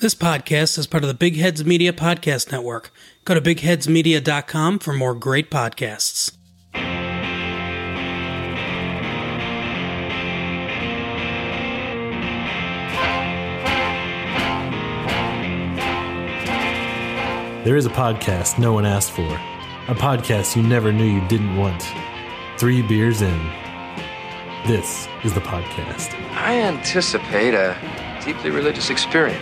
This podcast is part of the Big Heads Media Podcast Network. Go to bigheadsmedia.com for more great podcasts. There is a podcast no one asked for, a podcast you never knew you didn't want. Three beers in. This is the podcast. I anticipate a deeply religious experience.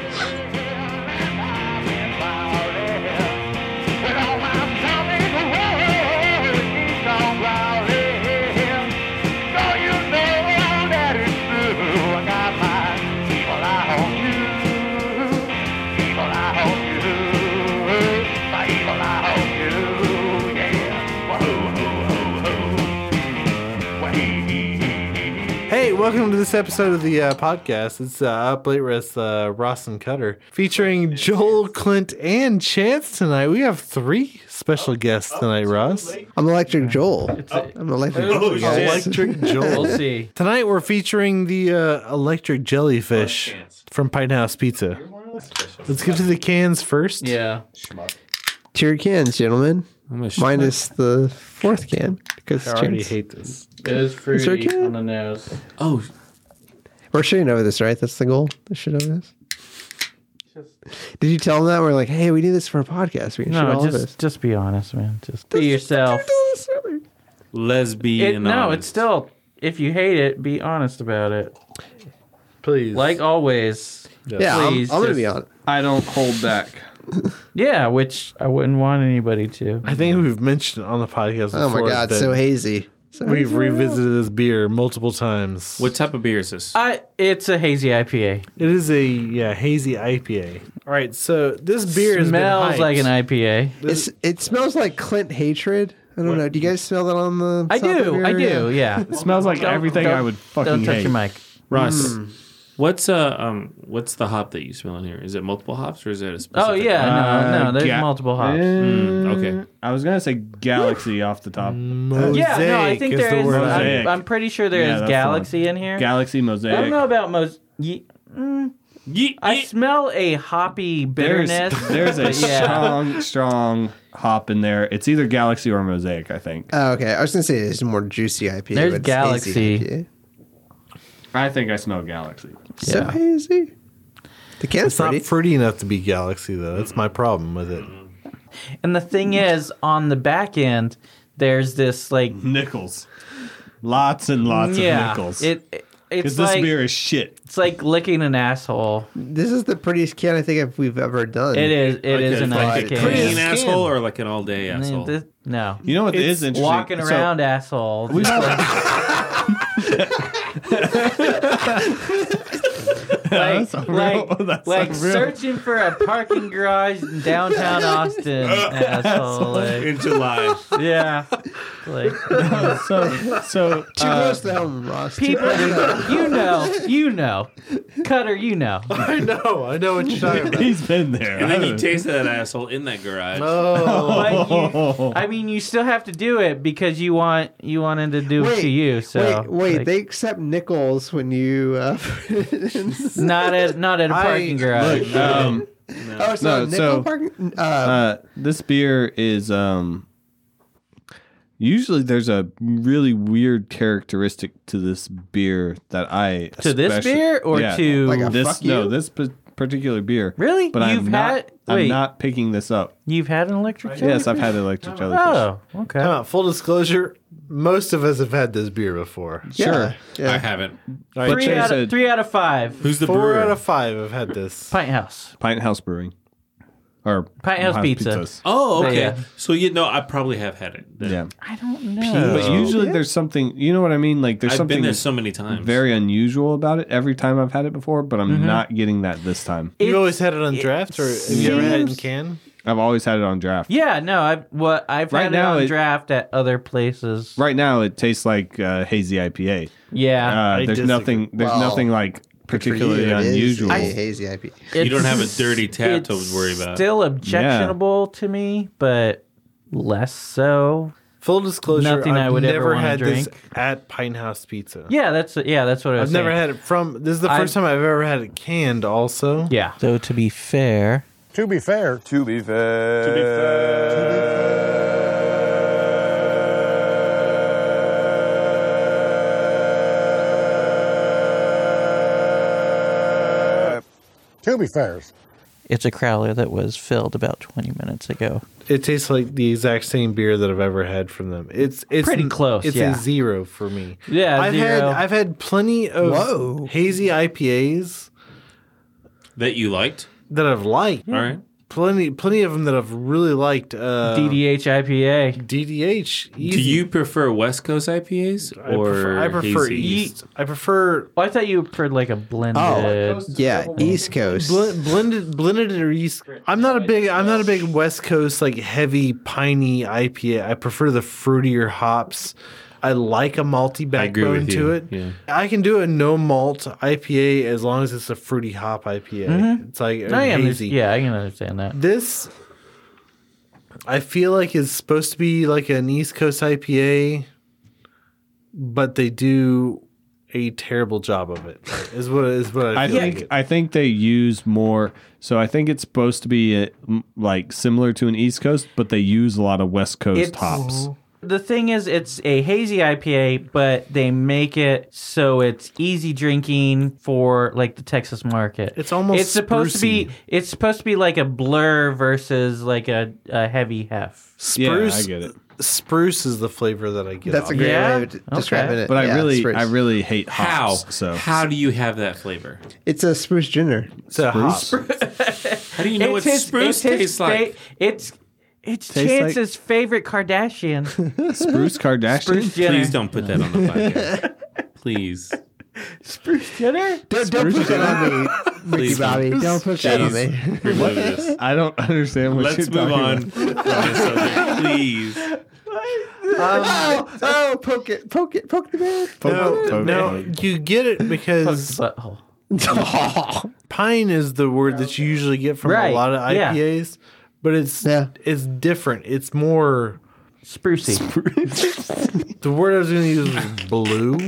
Hey, welcome to this episode of the uh, podcast. It's uh, Up Late with uh, Ross and Cutter featuring Joel, Clint, and Chance tonight. We have three special guests tonight, Ross. I'm Electric Joel. I'm Electric Oh, Joel. Electric Joel. We'll see. Tonight we're featuring the uh, Electric Jellyfish from Pine House Pizza. Let's get to the cans first. Yeah. To your cans, gentlemen. Minus the fourth can. Because I already hate this. It is fruity okay. on the nose. we're shooting over this, right? That's the goal? The shit over this? Did you tell them that? We're like, hey, we do this for a podcast. We can shoot all of this. just be honest, man. Just Be yourself. it, lesbian. no, it's still if you hate it, be honest about it. Please. Like always. Yeah, I'm, I'm Please, going to just- be on it. I don't hold back. Yeah, which I wouldn't want anybody to. I think we've mentioned it on the podcast before. Oh my God, that so hazy. So We've revisited this beer multiple times. What type of beer is this? I it's a hazy IPA. It is a yeah hazy IPA. All right, so this beer has been smells hyped. like an IPA. It's, it smells like Clint hatred. I don't know. Do you guys smell that on the. I top of do, your- I do, yeah. It smells like everything I would fucking Don't touch hate. your mic. Russ, What's uh um what's the hop that you smell in here? Is it multiple hops or is it a specific? Oh yeah, no, no, Uh, there's ga- multiple hops. Mm, okay. I was gonna say Galaxy off the top. Mosaic Yeah, no, I think is there the is. word. Mosaic. I'm, I'm pretty sure there is Yeah, that's the Galaxy in here. Galaxy I Mosaic. don't know about most. Ye- mm, Ye- I ye- smell a hoppy There's bitterness. there's a but yeah. strong strong hop in there. It's either Galaxy or Mosaic, I think. Oh, okay. I was going to say it's a more juicy IPA. There's but it's hazy Galaxy. IPA. I think I smell Galaxy. So hazy. The can's It's not pretty. fruity enough to be Galaxy though. That's my problem with it. And the thing is, on the back end, there's this like Nickels, lots and lots yeah, of nickels. it, it it's Because this like beer is shit. it's like licking an asshole. This is the prettiest can I think I've, we've ever done. It is it is an like ice a cake. clean Skin. asshole or like an all day asshole? This- No, You know what is interesting? walking So, around asshole. we've Just had- like unreal. like, That's like unreal. searching for a parking garage in downtown Austin. asshole. Like, in July. yeah, like so so Too uh, close to home, Ross. Too people, close to home. you know, you know, Cutter, you know. I know. I know what you're talking he's been there. and I then he don't- tasted that asshole in that garage. Oh, But you, I mean, you still have to do it because you want you wanted to do it to you. So wait, wait, like, they accept nickels when you. Uh, not at not at a I- parking garage. Look, um, oh, so No, nickel so- parking. Uh, Uh, this beer is um usually there's a really weird characteristic to this beer that I to this especially- beer or Yeah. to Like a- this Fuck no you? this pa- particular beer Really? but You've I'm not had- I'm wait. not picking this up you've had an electric chair? yes I've had electric jellyfish Oh, okay. Come on, full disclosure. Most of us have had this beer before. sure I yeah. haven't. All right, Three three, Chase, out so- of, three out of five. Who's the four brewer? out of five have had this. Pint House. Pint House Brewing or Pint House Pizza. Pizzas. oh, okay. Yeah. So you know, I probably have had it. then. yeah I don't know. but usually there's something you know what I mean like there's I've something been there that's so many times. very unusual about it every time I've had it before but Mm-hmm. I'm not getting that this time You It's- always had it on draft, or have you ever had it in seems- can? I've always had it on draft Yeah, no. I've what I've Right had now it on it- draft at other places. Right now, it tastes like uh, hazy IPA. Uh, Yeah, there's disagree. nothing. There's Well, nothing like For you, particularly it is unusual. a hazy IP. You don't It's- have a dirty tap to it's worry about. Still objectionable to me, but less so. Full disclosure, Nothing I've I would ever never wanna had this drink. at Pine House Pizza. Yeah, that's yeah, that's what I was I've never saying. had it from. This is the 1st time I've ever had it canned. Also, Yeah. So to be fair, To be fair. To be fair. To be fair. To be fair. it's a crowler that was filled about 20 minutes ago. it tastes like the exact same beer that I've ever had from them. It's it's Pretty close, It's yeah. a zero for me. Yeah, I've had zero. I've had plenty of Whoa. hazy IPAs That you liked? that I've liked. All right. Plenty plenty of them that I've really liked. Uh, DDH IPA. DDH. Easy. Do you prefer West Coast IPAs I or prefer, I prefer hazy? East. I prefer Well, Oh, I thought you preferred like a Oh, blended. Yeah, East Coast. bl- blended blended or East. I'm not a big I'm not a big West Coast like heavy piney IPA. I prefer the fruitier hops. I like a malty agree backbone with you, to it. yeah. I can do a no malt IPA as long as it's a fruity hop IPA. It's like Mm-hmm. I am hazy. yeah, I can understand that. This I feel like is supposed to be like an East Coast IPA, but they do a terrible job of it. Is what is what I, I feel think like. I think they use more. So I think it's supposed to be uh, m like similar to an East Coast, but they use a lot of West Coast It's- hops. Mm-hmm. The thing is, it's a hazy IPA, but they make it so it's easy drinking for like the Texas market. It's almost it's supposed to sprucey. be it's supposed to be like a blur versus like a, a heavy hef. Yeah, I Spruce get it. spruce is the flavor that I get. That's off a great Yeah? way of d- describing Okay. it. But I Yeah, really, spruce. I really hate How? hops. So How do you have that flavor? it's a spruce ginger. It's a hop. How do you know what spruce his tastes fa- like? It's it's Tastes like- Chance's favorite Kardashian, Spruce Kardashian. Bruce Jenner. Please don't put that on the podcast. Please. Bruce Jenner? Don't, don't put that on me, Ricky Please, Bobby. Don't put that on me. Please remove this. I don't understand what Let's you're talking move on. about. from this subject, Please. Oh, oh, poke it, poke it, poke the bear. Poke, No, poke, no, poke. you get it because Butthole. pine is the word that you usually get from Right, a lot of yeah. IPAs, but it's Yeah. it's different. It's more Sprucey. the word I was going to use was blue.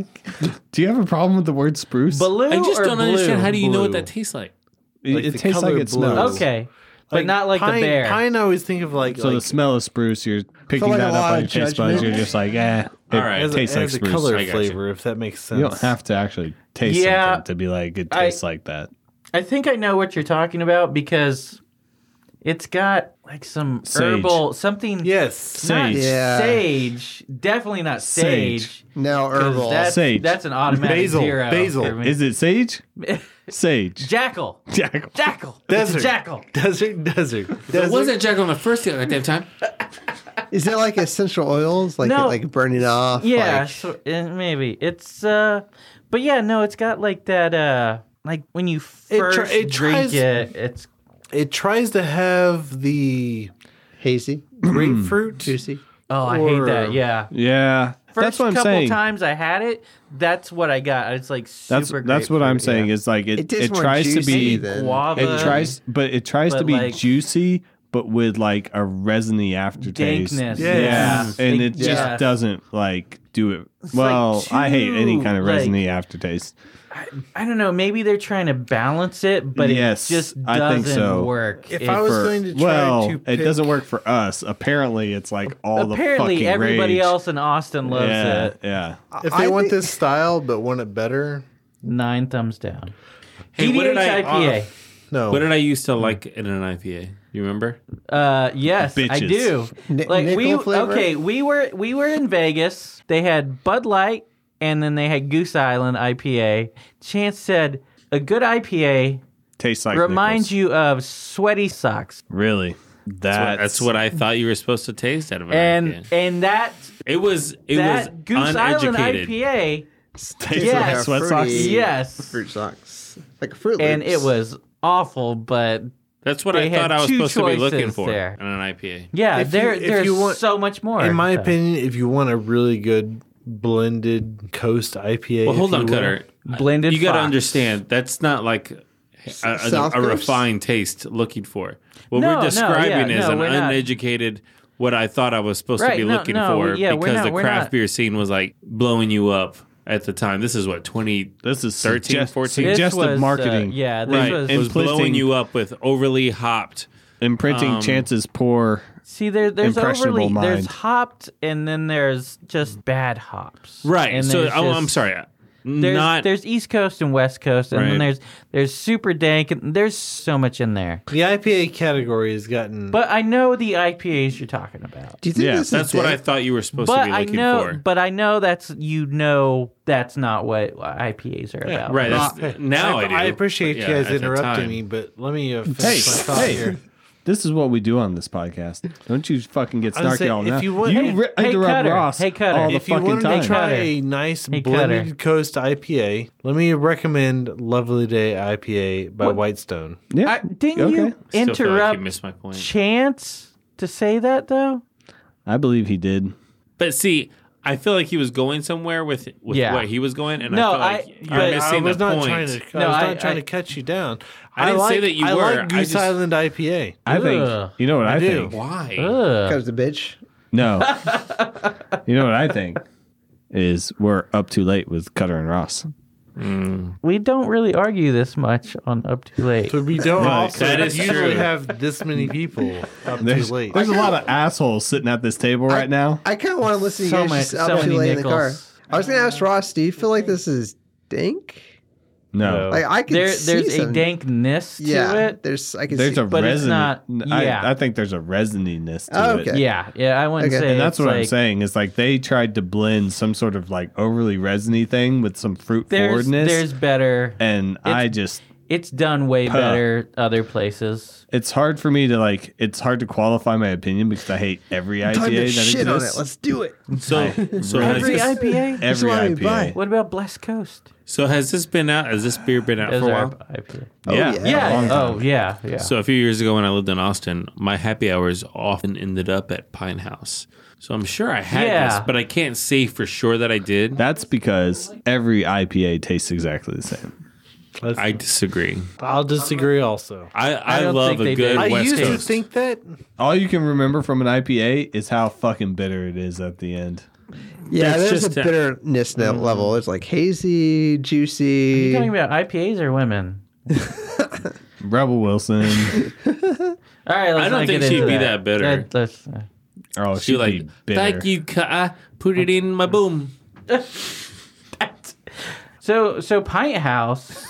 Do you have a problem with the word spruce? Blue I just or don't blue? understand. How do you know what Blue. that tastes like? it like it the tastes like color it blue. smells. Okay, but not like pine, the bear. Pine, I always think of like So the like, smell of spruce, you're picking like a that up lot on your of taste buds. judgment. You're just like, eh. It All right. as a, tastes like as a spruce. color I got you. flavor, if that makes sense. You don't have to actually taste Yeah. something to be like it I- tastes like that. I think I know what you're talking about because it's got like some Sage. herbal something. Yes. not Sage. Yeah. sage. Definitely not sage. Sage. No 'cause herbal. That's, Sage. That's an automatic Basil. zero. Basil. for me. Is it sage? Sage. jackal? Jackal. Jackal. It's Desert. a jackal. Desert, desert. It desert. wasn't Jack on the first at that time. Is it like essential oils, like No. like burning off? Yeah, like- so, uh, maybe it's. uh But yeah, no, it's got like that. uh Like when you It tr- first it drink tries- it, it's It tries to have the hazy, grapefruit. juicy. oh, I hate Or- that. Yeah. Yeah. First that's what I'm couple saying. times I had it, that's what I got. It's like super. that's that's what grapefruit, I'm yeah. saying. Is like it, It it, tastes more tries to juicy be than- guava. it tries but it tries to but be like- juicy but with like a resiny aftertaste. Dankness. Yeah. Yes. And it Yeah. just doesn't like do it. well, like I hate any too, kind of like- resiny aftertaste. I don't know. Maybe they're trying to balance it, but Yes, it just doesn't I think so. work. If It- I was For- going to try well, to it pick- doesn't work for us. Apparently, it's like all the apparently fucking everybody rage. else in Austin loves yeah, it. yeah. If they I want thi- this style but want it better, Nine thumbs down. Hey, what did DDH I? IPA. no. What did I used to like in an IPA? You remember? Uh, yes, I Bitches. do. Ni- like we nickel flavor? okay, we were we were in Vegas. They had Bud Light, and then they had Goose Island IPA. Chance said a good IPA Tastes like reminds nickels. you of sweaty socks, Really, that's That's, what I thought you were supposed to taste out of an and IPA. and that It was it was that Goose uneducated. Island IPA. tastes Yeah, like sweat fruity. socks. Yes, Fruit socks, like fruit. and Loops. it was awful. But That's what They I had thought I was two supposed to be looking choices for there. in an IPA. yeah, If you- there if there's you want- so much more. In my So- opinion, if you want a really good blended coast IPA, Well, hold if on, you will- Cutter. Blended You got to Fox. understand that's not like a, a, South a Coast? refined taste looking for. What No, no, we're describing yeah, is no, an we're not. uneducated what I thought I was supposed to Right, be no, looking no, for yeah, we're because not- the we're craft not- beer scene was like blowing you up at the time. This is what 20 This is 13, suggest- 14. This suggestive was, uh, marketing. yeah, this right. was. It was blowing Implicit- you up with overly hopped. Imprinting Um, chances poor. see, there, there's impressionable overly there's mind. hopped, and then there's just bad hops. Right. And so there's oh, just- I'm sorry. There's, Not there's East Coast and West Coast, and Right. then there's there's super dank, and there's so much in there. The IPA category has gotten. But I know the IPAs you're talking about. Do you think Yeah, this that's is what I dank? thought you were supposed But to be I looking know, for. but I know that's you know that's not what IPAs are about. right. That's, Hey, now I, I, do. appreciate but you yeah, guys at the interrupting time. me, but let me uh, Hey, finish my thought hey. here. This is what we do on this podcast. Don't you fucking get I was snarky saying, on if that. you would- Hey- re- hey, interrupt Cutter. Ross Hey, Cutter. all the if you fucking wanted time. to try Cutter. a nice Hey, blended Cutter. coast IPA, let me recommend Lovely Day IPA by Whitestone. yeah. I, didn't okay. you Still feel like interrupt you missed my point. Chance to say that though? I believe he did. But see, I feel like he was going somewhere with with Yeah. what he was going, and No, I I- feel like you're I- missing I was the not point. trying to. No, I was I- not trying I- to cut you down. I didn't say like, that you I were. I Like Goose just- Island IPA. I Ugh. think you know what I, do. think. Why? Comes to bitch. No, you know what I think is we're up too late with Cutter and Ross. We don't really argue this much on Up Too Late. But we don't also that is usually true. have this many people up too There's, late. there's a lot of assholes sitting at this table right now. I kind of want to listen to So you guys many- just so out too many late in the car. nickels. I was gonna ask Ross, do you feel like this is dank? No, Like I can There, see there's a some- dankness to yeah, it. There's I can there's see. a But it's resin. not- I- yeah. I, think there's a resininess to Oh, it. okay. Yeah, yeah. I wouldn't Okay. say And that's it's what I'm like- saying. Is like they tried to blend some sort of like overly resiny thing with some fruit There's forwardness. there's better. and I just It's done way Huh. better other places. it's hard for me to like it's hard to qualify my opinion because I hate every IPA Time to that shit on it. exists. Let's do it. So, so has Every this, IPA. every That's why we IPA. buy. What about Blessed Coast? so has this been out? Has this beer been out Those for a are while? IPA. yeah, yeah. a long Yeah. time. Oh yeah. Yeah. So a few years ago, when I lived in Austin, my happy hours often ended up at Pine House. So I'm sure I had Yeah. this, but I can't say for sure that I did. That's because every IPA tastes exactly the same. I disagree. I'll disagree also. I, I, don't love think a they good did. I West used to Coast. think that. All you can remember from an IPA is how fucking bitter it is at the end. Yeah, That's there's just a a- bitterness Mm-hmm. now level. It's like hazy, Are you juicy. talking about IPAs or women? Rebel Wilson. All right. Let's don't not think get she'd into be that bitter. Let- let's- uh, Oh, She she'd like, be bitter. thank you, Ka- I put it in my boom. So, so Pint House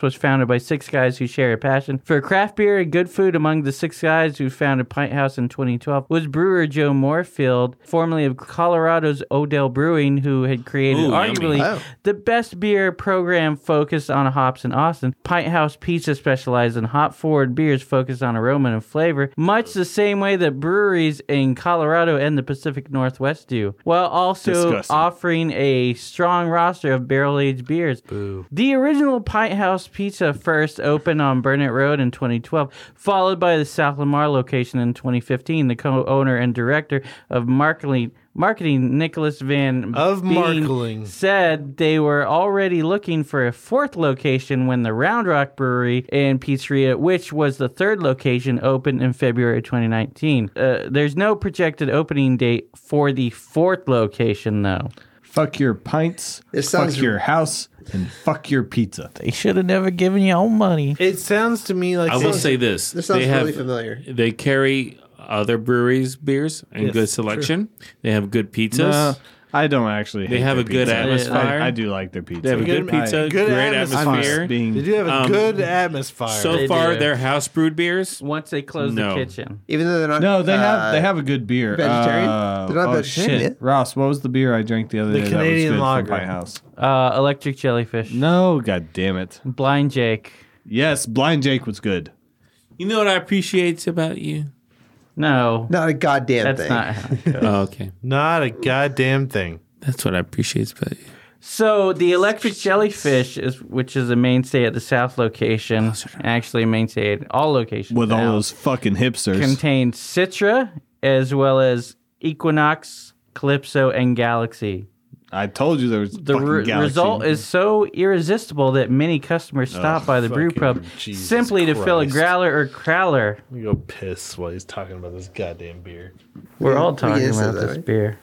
was founded by six guys who share a passion for craft beer and good food. Among the six guys who founded Pint House in 2012 was brewer Joe Moorfield, formerly of Colorado's Odell Brewing, who had created Ooh, yummy. arguably Oh. the best beer program focused on hops in Austin. Pint House Pizza specialized in hop forward beers focused on aroma and flavor, much the same way that breweries in Colorado and the Pacific Northwest do, while also Disgusting. offering a strong roster of barrel aged beers. The original Pint House Pizza first opened on Burnett Road in 2012, followed by the South Lamar location in 2015. The co owner and director of Marketing. Marketing Nicholas Van Of Bean Marketing. said they were already looking for a fourth location when the Round Rock Brewery and Pizzeria, which was the third location, opened in February 2019. Uh, there's no projected opening date for the fourth location, though. Fuck your pints. This fuck sounds- your house and fuck your pizza. They should have never given you all money. It sounds to me like I will say this. This sounds they have, really familiar. They carry other breweries' beers and Yes, good selection. They have good pizzas. No, I don't actually. They hate have their a good pizza. atmosphere. I, I do like their pizza. they have a good I- pizza, good great atmosphere. I'm atmosphere. just being They do have a Um, good atmosphere. So They far, do. their house brewed beers. Once they close No. the kitchen, Even though they're not. No, they uh, have they have a good beer. vegetarian? Uh, They're not oh vegetarian, shit, yeah. Ross! What was the beer I drank the other The day? Canadian that was good lager. From Pine House. uh, electric jellyfish, No, god damn it. blind Jake. Yes, Blind Jake was good. You know what I appreciate about you? No, not a goddamn that's thing. not. Oh, okay. not a goddamn thing. That's what I appreciate about you. So the electric jellyfish is, which is a mainstay at the south location, actually a mainstay at all locations. With all now. those fucking hipsters. contained Citra as well as Equinox, Calypso, and Galaxy. I told you there was The re- result is so irresistible that many customers Oh, stop by the brew pub fucking Jesus simply to fill a Christ. growler or crowler. You go piss while he's talking about this goddamn beer. We're all We can talking answer about that, this right? beer.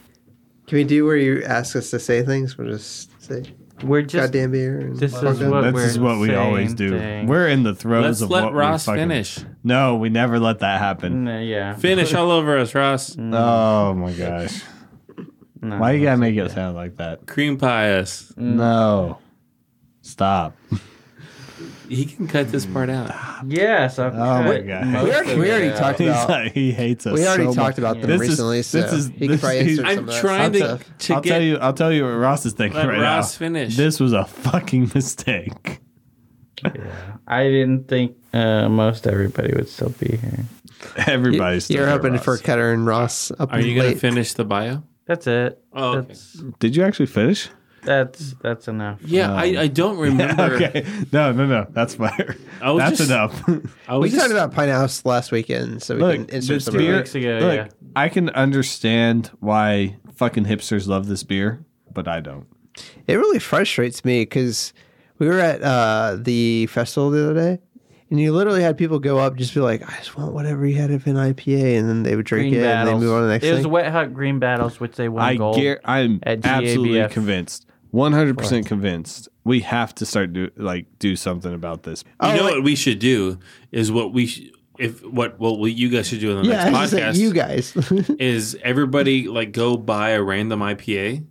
Can we do where you ask us to say things? We'll just say We're just goddamn beer. and this is fuck up. what This we're is what we saying always do. things. We're in the throes Let's of let what Ross we fucking, finish. No, we never let that happen. No, yeah. Finish all over us, Ross. Oh my gosh! No. Why you gotta make it sound like that? Cream pie us. Mm. No, stop. He can cut this part out. Yes, I've Oh my cut God. most We already, of we it already out. talked He's about. like, he hates us. We already so talked much. about them This is- recently, so this is- he could this probably is- answer some I'm of that trying to, stuff. to I'll get. tell you. I'll tell you what Ross is thinking Let right Ross now. finish. This was a fucking mistake. I didn't think uh, most everybody would still be here. Everybody's. You're thinking hoping Ross. for Cutter and Ross up Are you going late. to finish the bio? That's it. Oh, okay. that's, Did you actually finish? that's that's enough. Yeah, I, I don't remember. okay. No, no, no. That's fire. I was That's just- enough. I we was talked just- about Pine House last weekend, so we Look, can insert this some. beer, Beer. Weeks ago, look, yeah. I can understand why fucking hipsters love this beer, but I don't. It really frustrates me because we were at uh, the festival the other day, and you literally had people go up just be like, "I just want whatever you had of an IPA," and then they would drink Green it battles. and they move on to the next it was thing. Wet Hut Green Battles, which they won I gold. gar- I'm at absolutely GABF. convinced. 100% convinced. We have to start do like do something about this. Uh, Oh, You know what we should do is what we sh- if what what we- you guys should do in the yeah, I was next just like, podcast you guys. is everybody like go buy a random IPA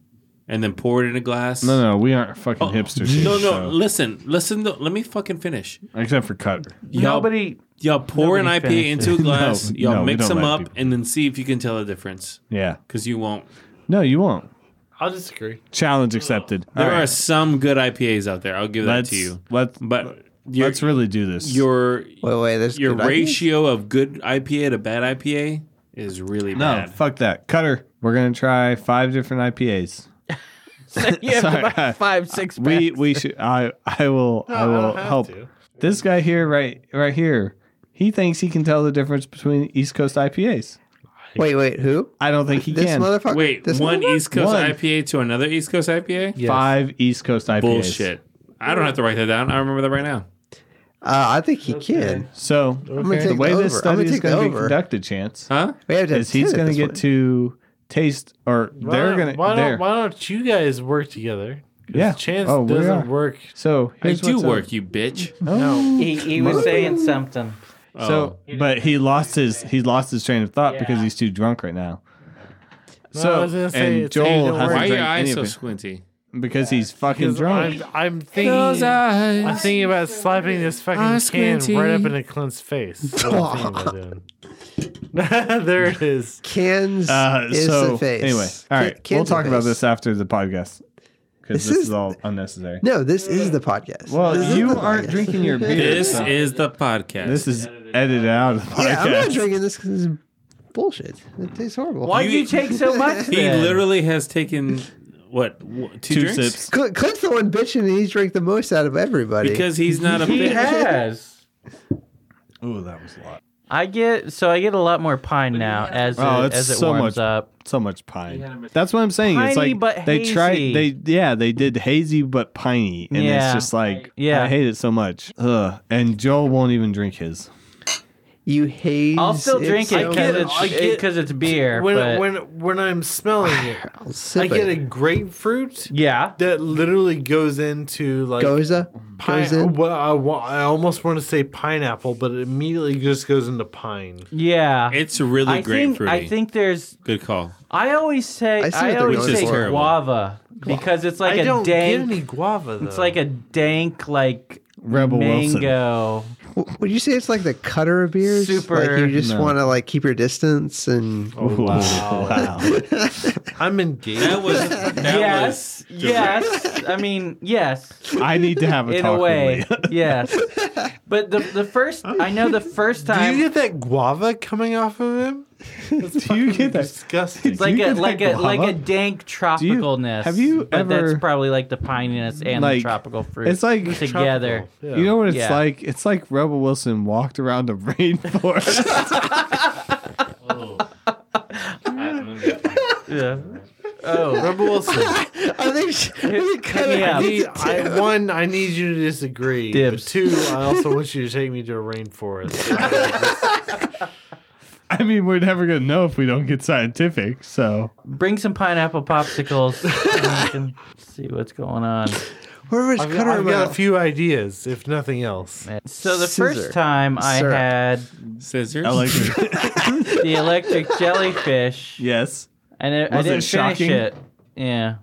and then pour it in a glass. No, no, we aren't fucking hipsters. Here, Oh, no, no. so- Listen, listen. To, let me fucking finish. except for Cutter. Y'all- Nobody. Y'all pour an Nobody IPA finished into a it. glass. No, y'all no, we mix don't them let up people- and then see if you can tell the difference. Yeah. Because you won't. No, you won't. I'll disagree. Challenge accepted. There All right. are some good IPAs out there. I'll give let's, that to you. Let's, But your let's really do this. your wait, wait, there's your good ideas? ratio of good IPA to bad IPA is really no, bad. fuck that. Cutter, we're going to try five different IPAs. you have Sorry, to buy I- five, six. we packs. we should I I will I I will don't have help. to. This guy here right right here, he thinks he can tell the difference between East Coast IPAs. Wait, wait, who? I don't think he This can. motherfucker. Wait, this one motherfucker? East Coast One. IPA to another East Coast IPA? Five East Coast IPAs. Bullshit. I don't have to write that down. I remember that right now. Uh, I think he can. So gonna the take way the this over. I'm study gonna is take the going to be over. conducted, Chance, Huh? We have to. is he's going to get to taste or they're going Why to don't, why don't you guys work together? 'Cause Yeah. Chance Oh, we are. doesn't work. So I here's do what's work, up. you bitch. he, he was saying something. Oh. So, but he lost his he lost his train of thought because Yeah. he's too drunk right now. No, So I was gonna say, and it's- you Joel don't hasn't work. Why are drank your eyes any so of it squinty? because he's fucking drunk. I'm, I'm thinking. I'm thinking about slapping this are fucking can squinty. right up into Clint's face. That's what I'm thinking about doing. there it is. Cans Uh, is so the face. anyway, all Can- right, cans we'll the talk about face. this after the podcast because This this, is- is all unnecessary. No, this is the podcast. well, This is you the aren't podcast. drinking your beer. This so is the podcast. this is edited out of the podcast. Yeah, I'm not drinking this because it's bullshit. It tastes horrible. Why'd you, take so much? he then? literally has taken what w- two, Two drinks? sips. Cl- Clint's the one bitching, and he's drank the most out of everybody. Because he's not a He bitch. has. Oh, that was a lot. I get so I get a lot more pine now as Oh, it, it's as it so warms much- up. So much pine. That's what I'm saying. it's Piney like but they hazy. tried. They yeah, they did hazy but piney, and Yeah. it's just like Yeah. I hate it so much. Ugh. And Joel won't even drink his. you hate. I'll still drink it so because much. it's I get- because it's beer. When but- when when I'm smelling it, I'll sip I get a it. grapefruit yeah, that literally goes into like goza. pine. goes in. Well, I, wa- I almost want to say pineapple, but it immediately just goes into pine. yeah. It's really I think grapefruity. I think there's. Good call. I always say I see what I, they're always going say for. Terrible. guava because it's like I a don't get dank. any guava though. It's like a dank like Rebel Wilson. mango. W- Would you say it's like the cutter of beers? Super- Like you just No. want to like keep your distance and Oh, wow. I'm engaged. That was that Yes, was yes. I mean, yes. I need to have a In talk a with way, Leah. yes. But the the first I know the first Do time you get that guava coming off of him? That's Do fucking you get that- disgusting? It's like You a get that like a like a guava? dank you- tropicalness. have you but ever- That's probably like the pininess and Like, the tropical fruit. It's like together. Yeah. You know what it's Yeah. like? It's like Rebel Wilson walked around a rainforest. terrible. Yeah. Oh. Rebel Wilson. I think she, I, need, I one, I need you to disagree. Dibs. But two, I also want you to take me to a rainforest. I mean, we're never gonna know if we don't get scientific. So Bring some pineapple popsicles. and we can see what's going on. Whoever's I've, I've got a few ideas, if nothing else. So the first time I had scissors, the electric jellyfish. Yes, and it, I Was it didn't finish shocking? it. Yeah.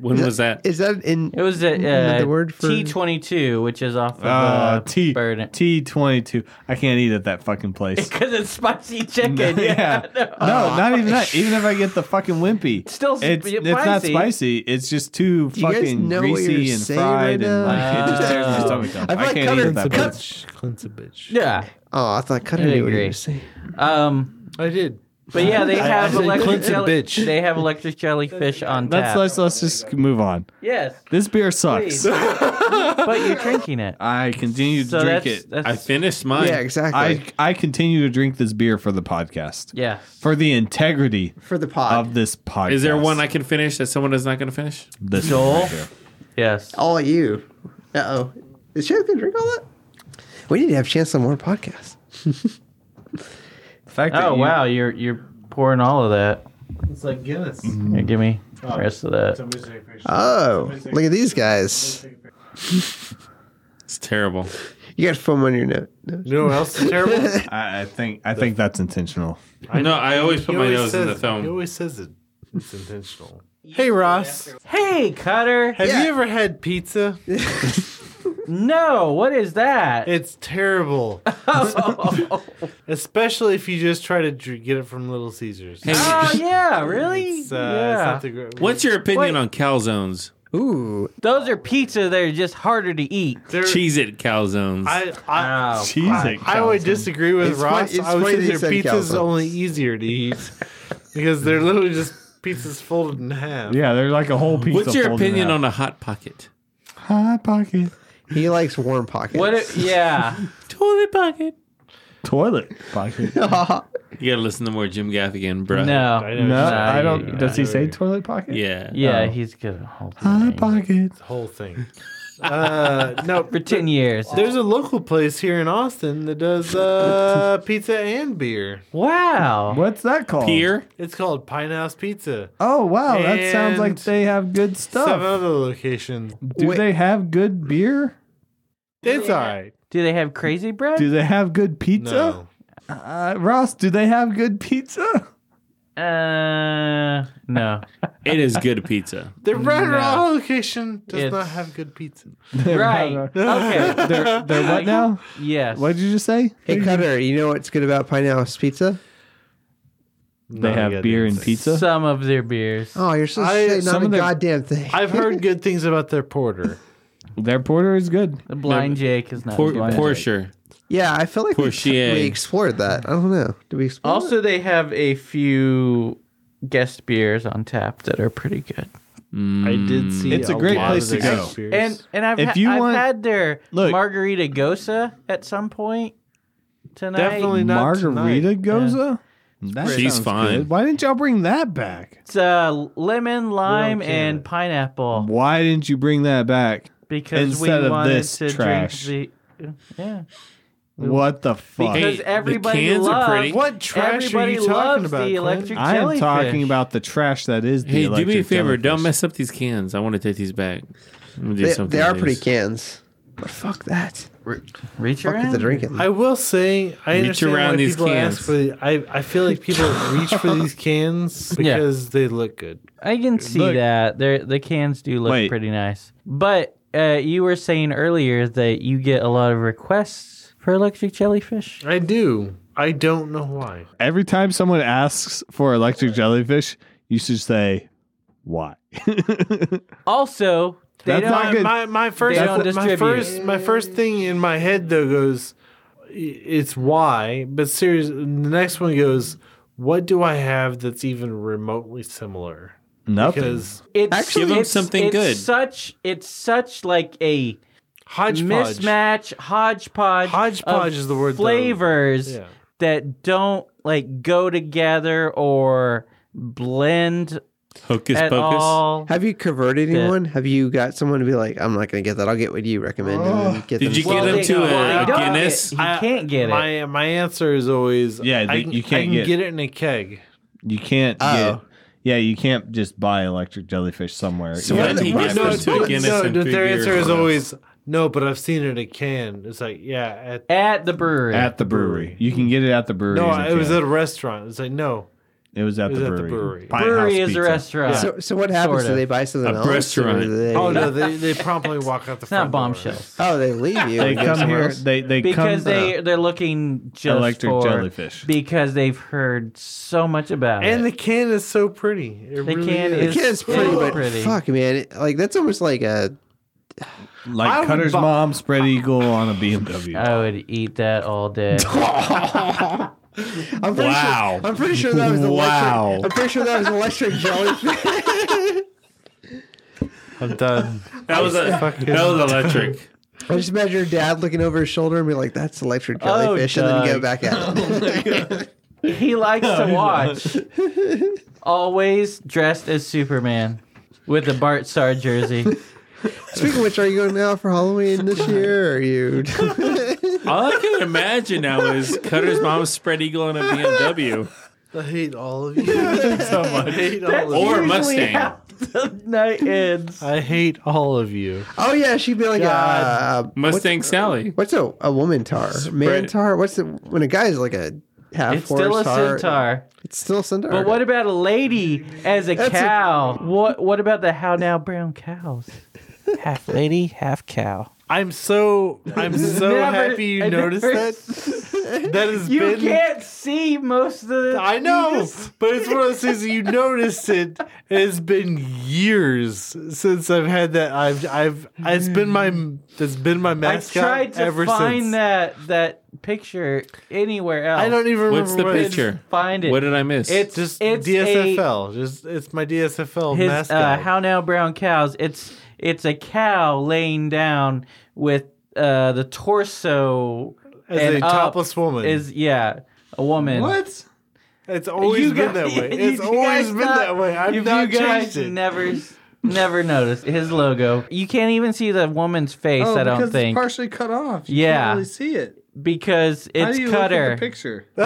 When was that? Is that in? It was at Isn't uh, that the word for- T twenty two, which is off of Uh, uh, T T twenty two. I can't eat at that fucking place. because it's spicy chicken. Yeah. yeah, No, not even that. Even if I get the fucking wimpy, it's still s- it's, spicy. not spicy. It's just too you guys fucking know what greasy you're and saying right fried, and now? like, it just tears my Oh. stomach up. I feel I, like can't eat Cutter- at that Cutter- place. Clint's a bitch. yeah. Oh, I thought I kind I of knew what you agree. were saying. Um, I did. but yeah, they I- I have said electric Clint's a jelly- bitch. They have electric jellyfish on Let's, tap. let's let's just move on. yes, This beer please. sucks. but you're drinking it. I continue to So drink that's- it. that's- I finished mine. Yeah, exactly. I I continue to drink this beer for the podcast. yeah. For the integrity For the pod, of this podcast. Is there one I can finish that someone is not going to finish? this Joel? right here. Yes. all you. Uh oh, is Chance gonna drink all that? We need to have Chance on more podcasts. The fact that Oh you- wow, you're you're pouring all of that. It's like Guinness. Here, give me the rest of that. Oh, look at these guys. It's terrible. You got foam on your note. No. You know what else is terrible? I, I think I think that's intentional. no, I always put He my always nose in the says- He foam. always says it. It's intentional. Hey Ross, Hey, Cutter. have Yeah. you ever had pizza? No, what is that? It's terrible, especially if you just try to dr- get it from Little Caesars. uh, oh yeah, really? It's, uh, it's yeah. not the great- What's your opinion Wait. on calzones? Ooh, Those are pizza. They're just harder to eat. There- Cheese it calzones. I, I, Wow. cheese I, I would disagree with It's fun- Ross. it's I would funny say that you their said pizza's calzones. only easier to eat because they're literally just pizzas folded in half. yeah, they're like a whole piece. What's your opinion on a hot pocket? hot pocket he likes warm pockets. What? It, yeah. Toilet pocket. toilet pocket? no, You gotta listen to more Jim Gaffigan, bro. I No. know it's I not don't. eating Does he that. say toilet pocket? Yeah. Yeah, Oh. he's good. at whole Hot thing. pocket. the whole thing? Uh, no, For ten years. There's a local place here in Austin that does uh, pizza and beer. Wow. What's that called? Here, It's called Pine House Pizza. Oh wow, that sounds like And- they have good Oh. Seven stuff. other locations. Do Wait. they have good beer? It's all right. Do they have crazy bread? Do they have good pizza? No. Uh, Ross, do they have good pizza? uh, no. it is good pizza. The Red Raw location does not It's- have good pizza. right. okay. They're, they're what now? Yes. What did you just say? Hey Cutter, you know what's good about Pine House Pizza? They have beer and pizza. Some of their beers. Oh, you're so I- say some not a of the- goddamn thing. I've heard good things about their porter. Their porter is good. The blind Jake is not. Por- the blind Jake. Porsche. yeah, I feel like we, Portier. we explored that. I don't know. Did we explore? Also, they have a few guest beers on tap that are pretty good. I did see. Mm. It's a great lot place of to their go. beers. And and I've If ha- you I've want- had their Look. margarita gosa at some point tonight. Definitely not Margarita goza. That She's sounds fine. good. Why didn't y'all bring that back? It's uh, lemon, lime, can and it. pineapple Why didn't you bring that back? because Instead we of wanted this to trash. drink the yeah. What the fuck? Because the everybody cans are loves pretty. What trash everybody are you loves talking the about? Clint? electric I am jellyfish. talking about the trash that is. The Hey, do me a electric favor. Don't jellyfish. mess up these cans. I want to take these back. I'm gonna do they, something they are with pretty these. cans, but fuck that. reach Fuck around. the drinking. I will say, I understand around why these people cans. ask for. The, I I feel like people reach for these cans Yeah. because they look good. I can see Look. that. They're, the cans do look Wait. pretty nice. But uh, you were saying earlier that you get a lot of requests for electric jellyfish. I do. I don't know why. Every time someone asks for electric jellyfish, you should say, "Why?" Also, they That's don't not my, good. My, my first, They don't my distribute. first, my first thing in my head though goes, i- it's why. But seriously, the next one goes, what do I have that's even remotely similar? Nothing. Because It's, Actually, Give 'em it's- something it's good. Such it's such like a hodgepodge. mismatch hodgepodge. Hodgepodge of is the word, though. Flavors Yeah. that don't like go together or blend Hocus At pocus. all Have you converted that- anyone? Have you got someone to be like, I'm not going to get that. I'll get what you recommend. and then get Did them you get started? him to I don't a get- Guinness? I- can't get it. My my answer is always Yeah, I they- can, you can't I can get- get, it in a keg. You can't Oh. get. Yeah, you can't just buy electric jellyfish somewhere. So You what gotta if he buy gets it them from to a somewhere. Guinness and no, three their beers answer or is less. always no, but I've seen it in a can. It's like yeah, at, at the brewery. at the brewery. You can get it at the brewery. no, as a it was can. at a restaurant. It's like no, It was at, it was the, at the brewery. brewery. Pie Brewery House is a Pizza. restaurant. So, so what happens? Sort Do of. they buy something A else? or restaurant. do they- Oh no, they, they promptly walk out the It's not front. door. bombshells. Oh, they leave you. They and go come somewhere here. else? They they because come. they they're looking just Electric for jellyfish. because they've heard so much about And it. the can is so pretty. It really can is. is- The kid's pretty, Yeah, but pretty. fuck, man, it- like that's almost like a like I would Cutter's buy- mom spread eagle on a BMW. I would eat that all day. I'm pretty Wow. Sure, I'm pretty sure that was electric. Wow. I'm pretty sure that was electric jellyfish. I'm done. That was a, that was electric. I just imagine your dad looking over his shoulder and be like, "That's electric jellyfish," and then you go Doug. back at it. he likes to watch. Always dressed as Superman with the Bart Star jersey. Speaking of which, are you going out for Halloween this year? Or are you? All I can imagine now is Cutter's mom's spread eagle on a BMW I hate all of you so much. I hate all of you. or a Mustang. how the night ends. I hate all of you. oh yeah, she'd be like, uh, Mustang Sally. "What's a a woman tar? Man tar? What's the when a guy is like a half It's horse still a tar? centaur. It's still a centaur. But what about a lady as a That's a- cow? What what about the how now brown cows? half lady, half cow. I'm so I'm so Never- happy you I noticed never- that. That has You been can't see most of the I know, Yes. but it's one of those things that you noticed it. It's been years since I've had that. I've I've it's been my it's been my I mascot tried to ever find since. that that picture anywhere else. I don't even remember What's the what it is. picture? find it. What did I miss? It's Just it's A, DSFL. Just it's my DSFL his uh, mascot. how now brown cows. It's it's a cow laying down with uh, the torso As and a up topless woman. Is yeah, a woman. what? It's always You been guy- that way. you It's guys always been not- that way. I've if not you guys changed it. Never, never noticed his logo. You can't even see the woman's face. Oh, I don't think partially cut off. You can't Yeah. really see it. because it's Cutter. picture?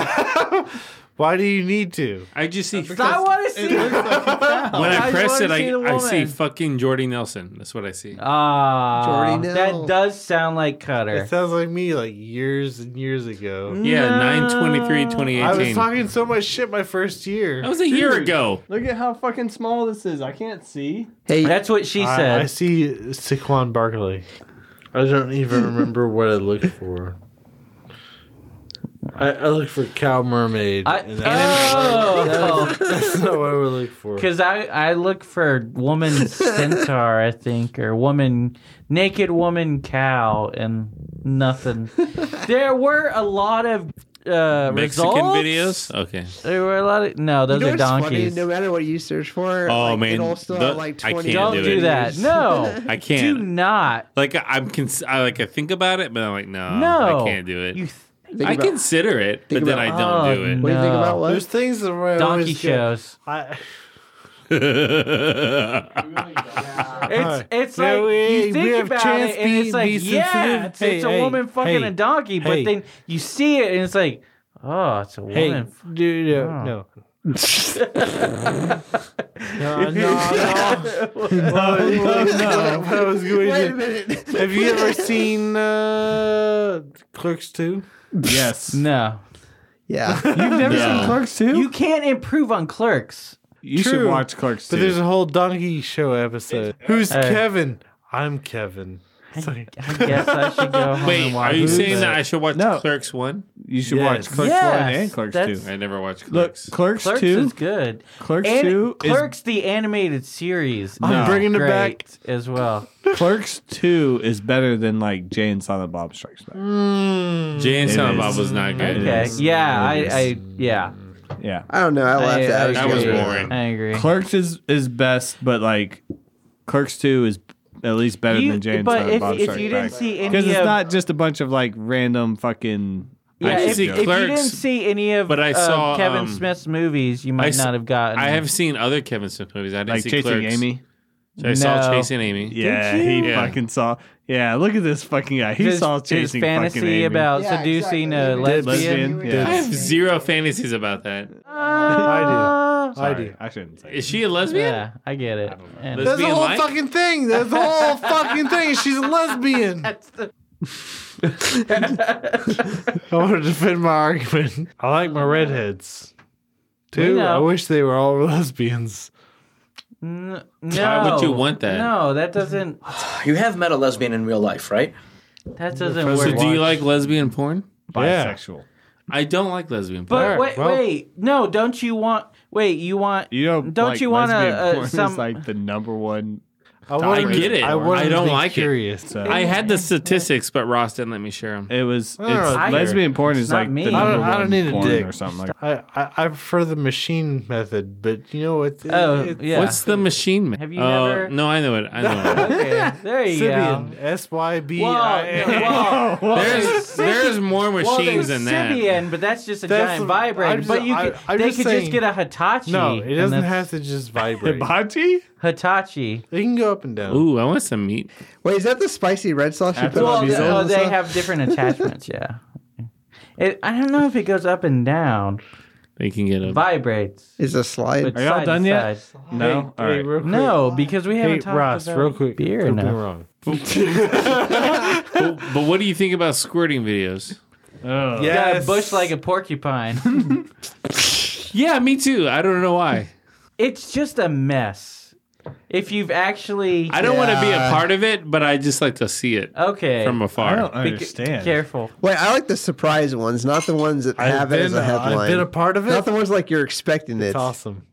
Why do you need to? I just see when I want to see. I I press wanna it, see the I, I see woman. Uh, fucking Jordy Nelson. That's what I see. Ah, Jordy Nell. that does sound like It Cutter. sounds like me like years and years ago. Mm. Yeah, 923 2018. I was talking so much shit my first year. that was a year ago. Look at how fucking small this is. I can't see. Hey, That's what she I, I said. see Saquon Barkley. I don't even remember what I looked for. I, I looked for cow mermaid. I, and that's, oh, that's not what I would look for. because I I look for woman centaur, I think, or woman naked woman cow, and nothing. There were a lot of uh, Mexican results. videos? Okay. There were a lot of no. You Those know are what's funny? donkeys. No matter what you search for, Oh, like, man, it'll still the- have like I 20 can't Don't do that. No, I do can't. not. Like I- I'm cons- I like I think about it, but I'm like, no, No, I can't do it. You Think I about- consider it, but then I don't Oh, do it. What do you think No. about There's what? things that I donkey always get- shows. I, It's it's Yeah, like we- you we think have about chance it and be- it's like be sensitive. yeah, it's, Hey, it's a hey, woman fucking hey, a donkey, hey. but then you see it and it's like oh, it's a hey, woman. dude, no, Oh. no. no, no, no. no, no. What I was going Wait a to. minute. Have you ever seen uh, Clerks 2? Yes. No, Yeah. You've never seen Clerks too. you can't improve on clerks. You should True. watch Clerks But too. there's a whole donkey show episode. Who's Hey. Kevin? I'm Kevin. It's like- I guess I should go home Wait, and watch. are you it, saying but- that I should watch No. Clerks One? you should Yes. watch Clerks One Yes, and Clerks that's- Two. I never watched Look, Clerks. Clerks, Clerks Two. is good. Clerks And Two. Clerks the animated series. I'm is bringing it great back. as well. Is, Clerks Two is better than like Jay and Silent Bob Strikes Back. Jay and It Silent is. Bob was not good. Okay, is. yeah, I, It I yeah, Yeah. I don't know. I laughed I, at I it. That was agree. boring. I agree. Clerks is is best, but like Clerks Two is at least better You- than Jay and but Silent if- Bob if Strikes you Back. didn't see any because it's of- not just a bunch of like random fucking Yeah, I've if, seen if you didn't Clerks, see any of but I uh, saw, Kevin um, Smith's movies, you I might s- not have gotten. I have seen other Kevin Smith movies. I didn't Like see Chasing Clerks. Amy? I saw No. Chasing Amy. Yeah, he fucking saw. Yeah, look at this fucking guy. He His- saw his chasing fantasy fucking Amy. about Yeah, seducing a exactly. lesbian. I Yeah. have zero fantasies about that. I do. I do. I shouldn't say. Is she a lesbian? Yeah, I get it. And- That's the Lesbian whole life? fucking thing. That's the whole fucking thing. She's a lesbian. I want to defend my argument. I like my redheads. We Two, know. I wish they were all lesbians. N- no, Why would you want that? No, that doesn't. You have met a lesbian in real life, right? That doesn't So work. do you like lesbian porn? Yeah. Bisexual. I don't like lesbian But porn. wait, wait, no, don't you want? Wait, you want? You don't? Don't like, you want lesbian a, porn a is some? like the number one. I, I get it. I, don't like it. so- I had the statistics, but Ross didn't let me share them. It was it's, lesbian porn is like the I number don't, I one don't need a porn dick or something like. I, I, I prefer the machine method, but you know what? Oh, yeah. What's the machine? Have you never- No, I know it. I know it. okay, there you go. Sibian. S Y B I N. There's there's more Well, there's machines than that. Sibian, but that's just a That's giant the- vibrator. I'm just- but you, I- could, I'm they just could saying- just get a Hitachi. No, it and doesn't have that's- to just vibrate. Hibachi? Hitachi. They can go up and down. Ooh, I want some meat. Wait, is that the spicy red sauce you put Well, on they, pizza? oh, they have different attachments. Yeah. It, I don't know if it goes up and down. They can get a vibrates. Is a slide? But side to side. No? Hey, All hey, right. real quick. no, because we haven't Hey, talked Ross, about real quick, beer could be enough. wrong. but, but what do you think about squirting videos? Oh. You got a bush like a porcupine. Yeah, me too. I don't know why. it's just a mess. If you've actually, I don't want to be a part of it, but I just like to see it. Okay. From afar. I don't Be- understand. careful. Wait, I like the surprise ones, not the ones that I've have it as been- uh, a headline. I've been a part of it. Not the ones like you're expecting it. It's awesome.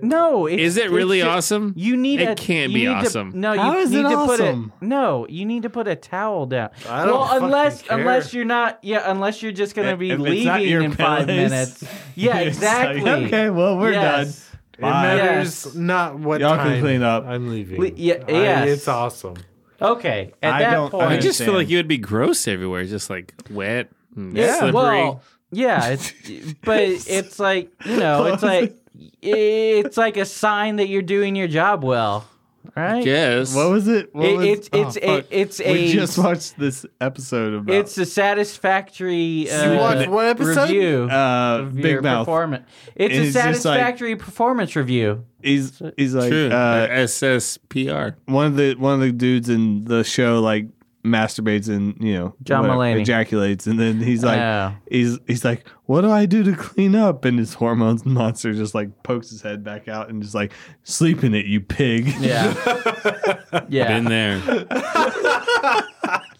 No, it's, Is it it's really ju- awesome? You need It a, can't you be need to- awesome. no, you How is need it to awesome? put a no. You need to put a towel down. I don't well, unless fucking care. unless you're not yeah, unless you're just gonna If- be if it's not leaving your in five place, minutes. Yeah, it's like, exactly. okay, well, we're Yes. It Bye. matters Yes. not what Y'all can time clean up. I'm leaving. Le- yeah, I- yes. it's awesome. Okay, at I that don't point, I just feel like you would be gross everywhere, just like wet and slippery. Well, yeah, it's, but it's like you know, it's like it's like a sign that you're doing your job well, right? Yes. What was it? What It- was- it's it's oh, a, fuck. it's We a just watched this episode about. it's a satisfactory. Uh, watched what episode? Review Uh, of Big your Mouth. Performance. It's And a it's just like- satisfactory performance review. He's he's like True. uh, SSPR. One of the one of the dudes in the show like masturbates and you know John Mulaney. ejaculates and then he's like Oh. he's he's like what do I do to clean up and his hormones monster just like pokes his head back out and just like sleep in it you pig Yeah. yeah. Been there.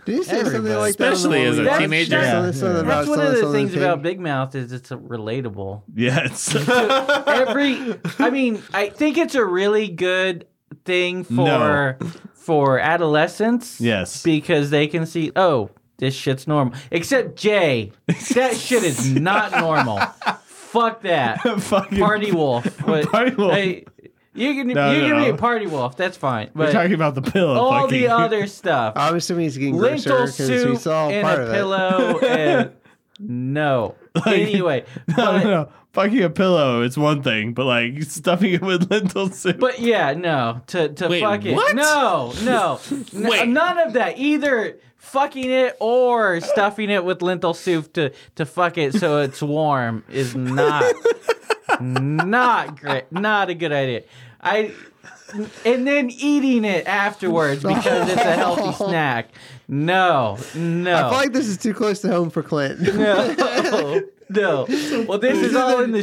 Did you say something like that? on the Especially one as we a watched? teenager. Yeah. Yeah. Something about- That's one of something- the something things pig. about Big Mouth is it's a relatable. yeah it's every i mean i think it's a really good thing for for adolescents Yes. because they can see oh this shit's normal except jay that shit is not normal fuck that party wolf But Party wolf. hey, you can No, you no, can be no. a party wolf that's fine we're but talking about the pillow all fucking. the other stuff I'm assuming he's getting grosser lentil because we soup saw and part a of pillow and no anyway no, no, no. fucking a pillow it's one thing but like stuffing it with lentil soup But yeah, no. To to Wait, fuck it. what? No, no. N- Wait. None of that. Either fucking it or stuffing it with lentil soup to to fuck it so it's warm is not not great. Not a good idea. I and then eating it afterwards because it's a healthy snack. No, no. I feel like this is too close to home for Clint. no, no. Well, this is all in the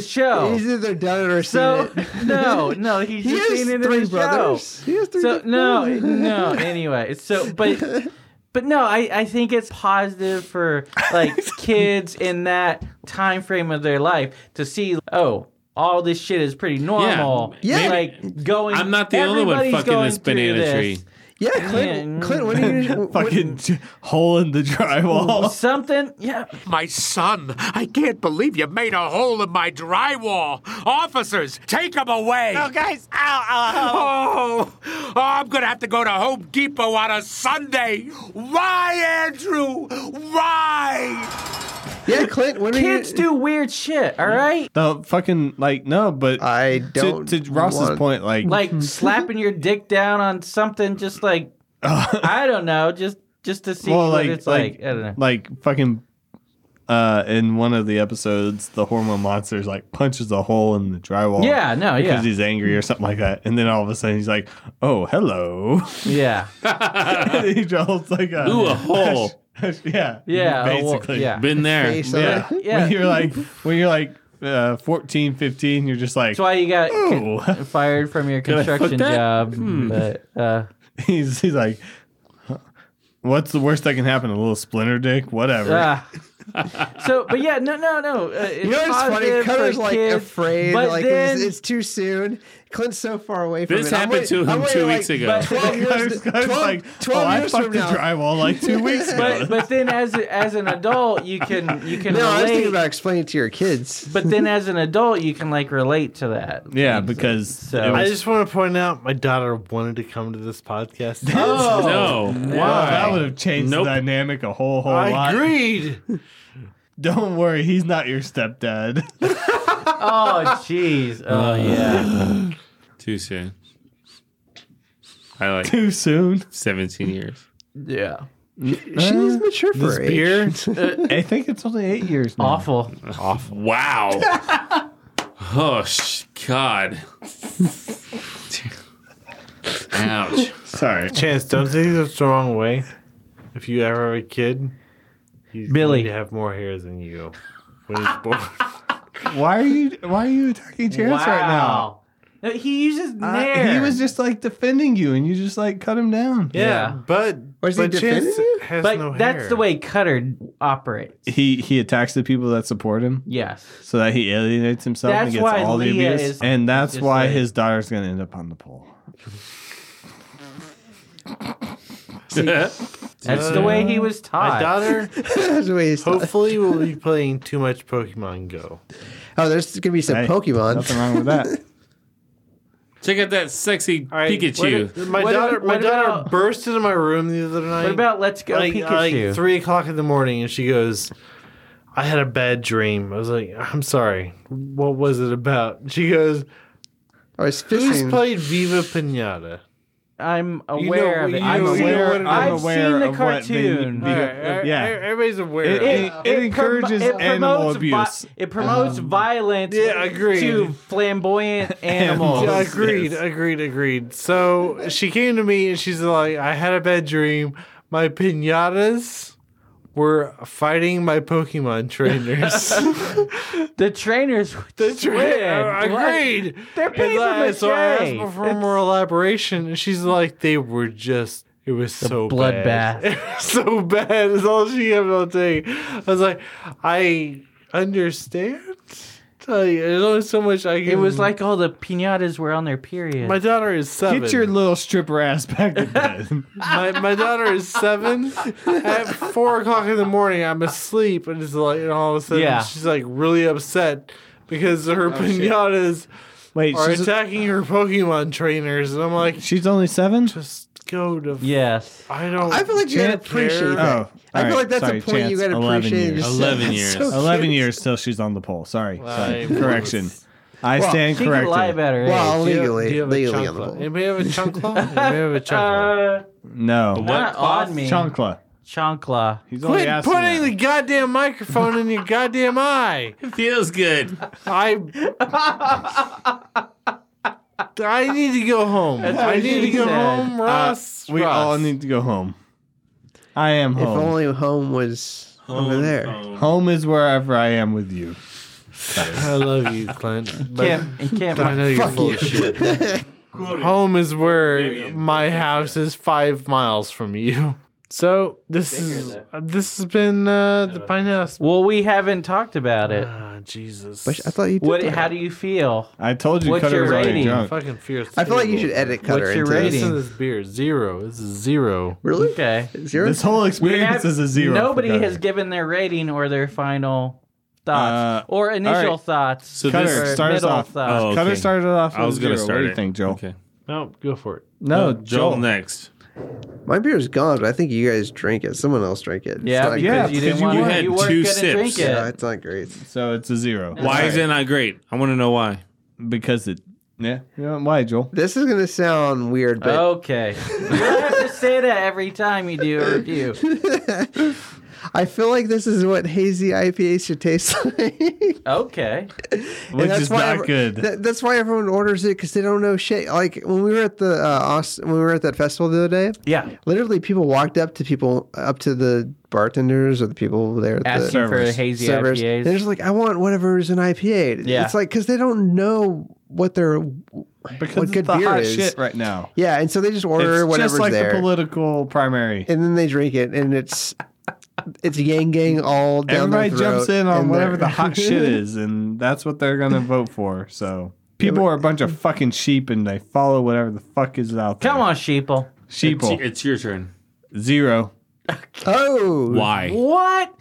show. He's either done it or seen So it. no, no, he's He just has seen it three in the brothers. show. He has three so different no, brothers. no. Anyway, so but but no, I I think it's positive for like kids in that time frame of their life to see oh. All this shit is pretty normal. Yeah, Yeah. like going. I'm not the only one everybody's fucking going this through banana this. tree. Yeah, Clint. Clint, when are you? fucking j- hole in the drywall Something, yeah. My son, I can't believe you made a hole in my drywall. Officers, take him away. Oh, guys, ow, ow, Oh, oh, I'm going to have to go to Home Depot on a Sunday. Why, Andrew? Why? Yeah, Clint. What Kids do weird shit. All right. No, fucking like no, but I don't To, to Ross's want- point, like Mm-hmm. Like slapping your dick down on something, just like I don't know, just just to see well, what like it's like like, I don't know. like fucking. Uh, in one of the episodes, the hormone monster's like punches a hole in the drywall. Yeah, no, yeah. because he's angry or something like that. And then all of a sudden, he's like, "Oh, hello." Yeah. he draws like a Ooh, a hole. yeah, Yeah, a wall- basically, yeah. Been there. Face of Yeah. it. Yeah. When you're like, when you're like uh, 14, 15, you're just like. That's why you got oh. fired from your construction job. Hmm. But uh, he's he's like, "Huh, what's the worst that can happen? A little splinter dick, whatever. Ah. so, but yeah, no, no, no. Uh, it's you know what's funny? positive for Cutter's like kids, afraid, but like then, it's, it's too soon. Clint's so far away from This it. I'm happened wait- to him I'm waiting, two like, weeks ago. Twelve years, 12, Cutter's like, "Oh, 12 I years from fucked the now. drywall like two weeks but but then as a- as an adult, you can you can No, I was relate. thinking about explaining to your kids. but then as an adult, you can like relate to that. Yeah, because I just want to point out my daughter wanted to come to this podcast. Oh, no. Wow, that would have changed Nope. the dynamic a whole whole I lot. agreed. Don't worry, he's not your stepdad. oh jeez. Oh yeah. Too soon. I like too soon. Seventeen years. Yeah. She's mature for This her age. beer, I think it's only eight years. Now. Awful. Awful. Wow. oh sh- God. Ouch. Sorry. Chance, don't think that's the wrong way. If you ever have a kid, he's Billy. going to have more hair than you when he's born. Why are you Why are you attacking Chance right now? No, he uses Uh, nair. he was just like defending you, and you just like cut him down. Yeah. But Or is he but Chance defending has but no that's hair. the way Cutter operates. He he attacks the people that support him. Yes. So that he alienates himself and That's gets why all the Leah abuse. is- and that's is why like- his daughter's gonna end up on the pole. That's the way he was My taught. daughter, That's the way he's taught. hopefully, will be playing too much Pokemon Go. Oh, there's gonna be some Hey, Pokemon. nothing wrong with that. Check out that sexy Pikachu. What- my daughter, my daughter burst into my room the other night. about Let's Go like, Pikachu? Like three o'clock in the morning, and she goes, "I had a bad dream." I was like, "I'm sorry. What was it about?" She goes, "I was Who's Oh, fishing." played Viva Pinata? I'm You know- aware of you it. know I'm what aware. it is. I've seen the cartoon. All right, er- er- everybody's aware. It, of it- it promo- it promotes vi- it promotes Uh-huh. violence. to flamboyant animals. Yeah, agreed, agreed, agreed. So she came to me and she's like, I had a bad dream. My pinatas were fighting my Pokemon trainers. the trainers the trainer win, right? agreed. They're And paid for I- So I asked mache. her for It's- more elaboration and she's like, they were just it was so bad. bloodbath. It was so bad is all she had all day. I was like, I understand. Like, there's only so much I can It was like all the pinatas were on their period. My daughter is seven. Get your little stripper ass back to bed. my, my daughter is seven. At four o'clock in the morning, I'm asleep, and it's like, and all of a sudden, Yeah. she's like really upset because her pinatas Wait, are she's- attacking her Pokemon trainers, and I'm like, she's only seven. Just go to. Yes. I don't. I feel like you gotta appreciate care. that. Oh, I all feel like that's a Sorry, point you Chance, gotta appreciate Years. yourself. Eleven That's years. so cute. Eleven years till she's on the pole. Sorry. Sorry. Wow. Correction. I Well, stand she can corrected. lie about her Well, Do you have- Oh, legally, do you have a legally chunk on the law? ball. Uh, Anybody have a chunk law? Anybody have a chunk law? No. uh, Not on me. Chancla. Chancla. He's only Quit asking putting the goddamn microphone in your goddamn eye. It feels good. I. I need to go home. That's I what need to she go said. home, Uh, Ross. we Ross. all need to go home. I am If home. only home was over there. Home is wherever I am with you. I love you, Clint. but- Can't- and can't- I know you're Fuck full you. of shit. Home is where my house is five miles from you. So this is this has been uh, the Pine House. Well, we haven't talked about it. Ah, Jesus. I thought you did What? that. How do you feel? I told you What's Cutter your was already rating? drunk. Fucking fierce. I feel like you should edit Cutter What's your into this. rating? This beer zero. This is zero. Really? Okay. Zero? This whole We experience have- is a zero for Nobody Cutter. has given their rating or their final thoughts Uh, or all initial right. thoughts. So Cutter, or start us middle off. oh, thoughts. Cutter started off. I was going gonna to start what do you it. think, Joel? Okay. No, go for it. No, Joel Joel. next. My beer's gone, but I think you guys drank it. Someone else drank it. It's Yeah, not because great. you didn't 'Cause you wanna- had you weren't two gonna drink sips. it. Yeah, it's not great. So it's a zero. Why is it not great? I want to know why. Because it. Yeah. why, Joel? This is gonna sound weird, but okay. You have to say that every time you do a review. I feel like this is what hazy IPA should taste like. Okay. And that's why every- that- that's why everyone orders it because they don't know shit. Like when we were at the uh, Aust- when we were at that festival the other day. Yeah. Literally, people walked up to people up to the bartenders or the people there at the Asking for Servers. hazy IPAs. They're just like, I want whatever is an IPA. Yeah. It's like because they don't know what their what good the beer hot is shit right now. Yeah, and so they just order It's just whatever's like the there. political primary, and then they drink it, and it's it's yang gang all down their Everybody jumps throat in on and whatever the they're- hot shit is, and that's what they're gonna vote for. So people are a bunch of fucking sheep, and they follow whatever the fuck is out there. Come on, sheeple. Sheeple. It's, it's your turn. Zero. Oh, Why? What?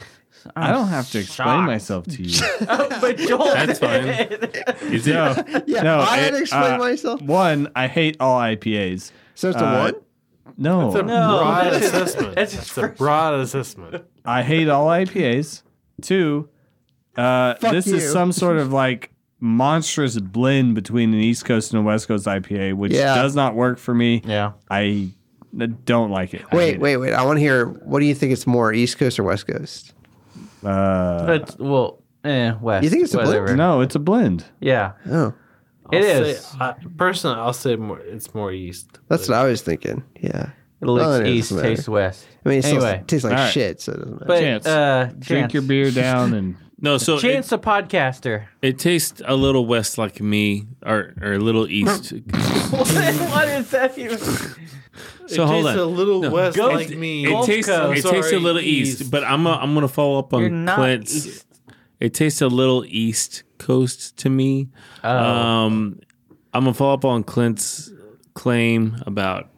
I don't have to explain myself to you. Oh, but Joel That's fine. Is no, no, I had to it- explain uh, myself. One, I hate all IPAs. So it's a uh, one? No, That's a No, broad that's- assessment. that's That's, his a first- broad assessment. I hate all IPAs. Two, uh, Fuck this you. is some sort of like monstrous blend between an East Coast and a West Coast IPA, which Yeah. does not work for me. Yeah, I n- don't like it. I hate Wait, it. wait, wait! I want to hear. What do you think it's more East Coast or West Coast? Uh, But, well, eh, West. You think it's a blend? whatever. No, it's a blend. Yeah. Oh, It I'll is. Say, I, personally, I'll say more, it's more east. that's what I was thinking. Yeah, It looks Well, east, doesn't matter. tastes west. I mean, it still Anyway. tastes like All right. shit, so it doesn't matter. But, uh, Chance. beer down and no. So it, Chance the podcaster. it tastes a little west like me, or or a little east. what is that? even- So hold on. a little No. west Go- like me. It tastes it tastes a little east, but I'm i I'm gonna follow up You're on not Clint's. east. It tastes a little east coast to me. Oh. Um, I'm gonna follow up on Clint's claim about.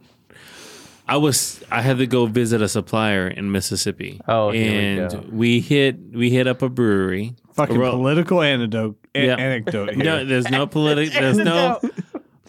I was I had to go visit a supplier in Mississippi. Oh, here we and go. we hit we hit up a brewery. Fucking Well, political anecdote. a- yeah. Anecdote. Here. No, there's no politi- There's no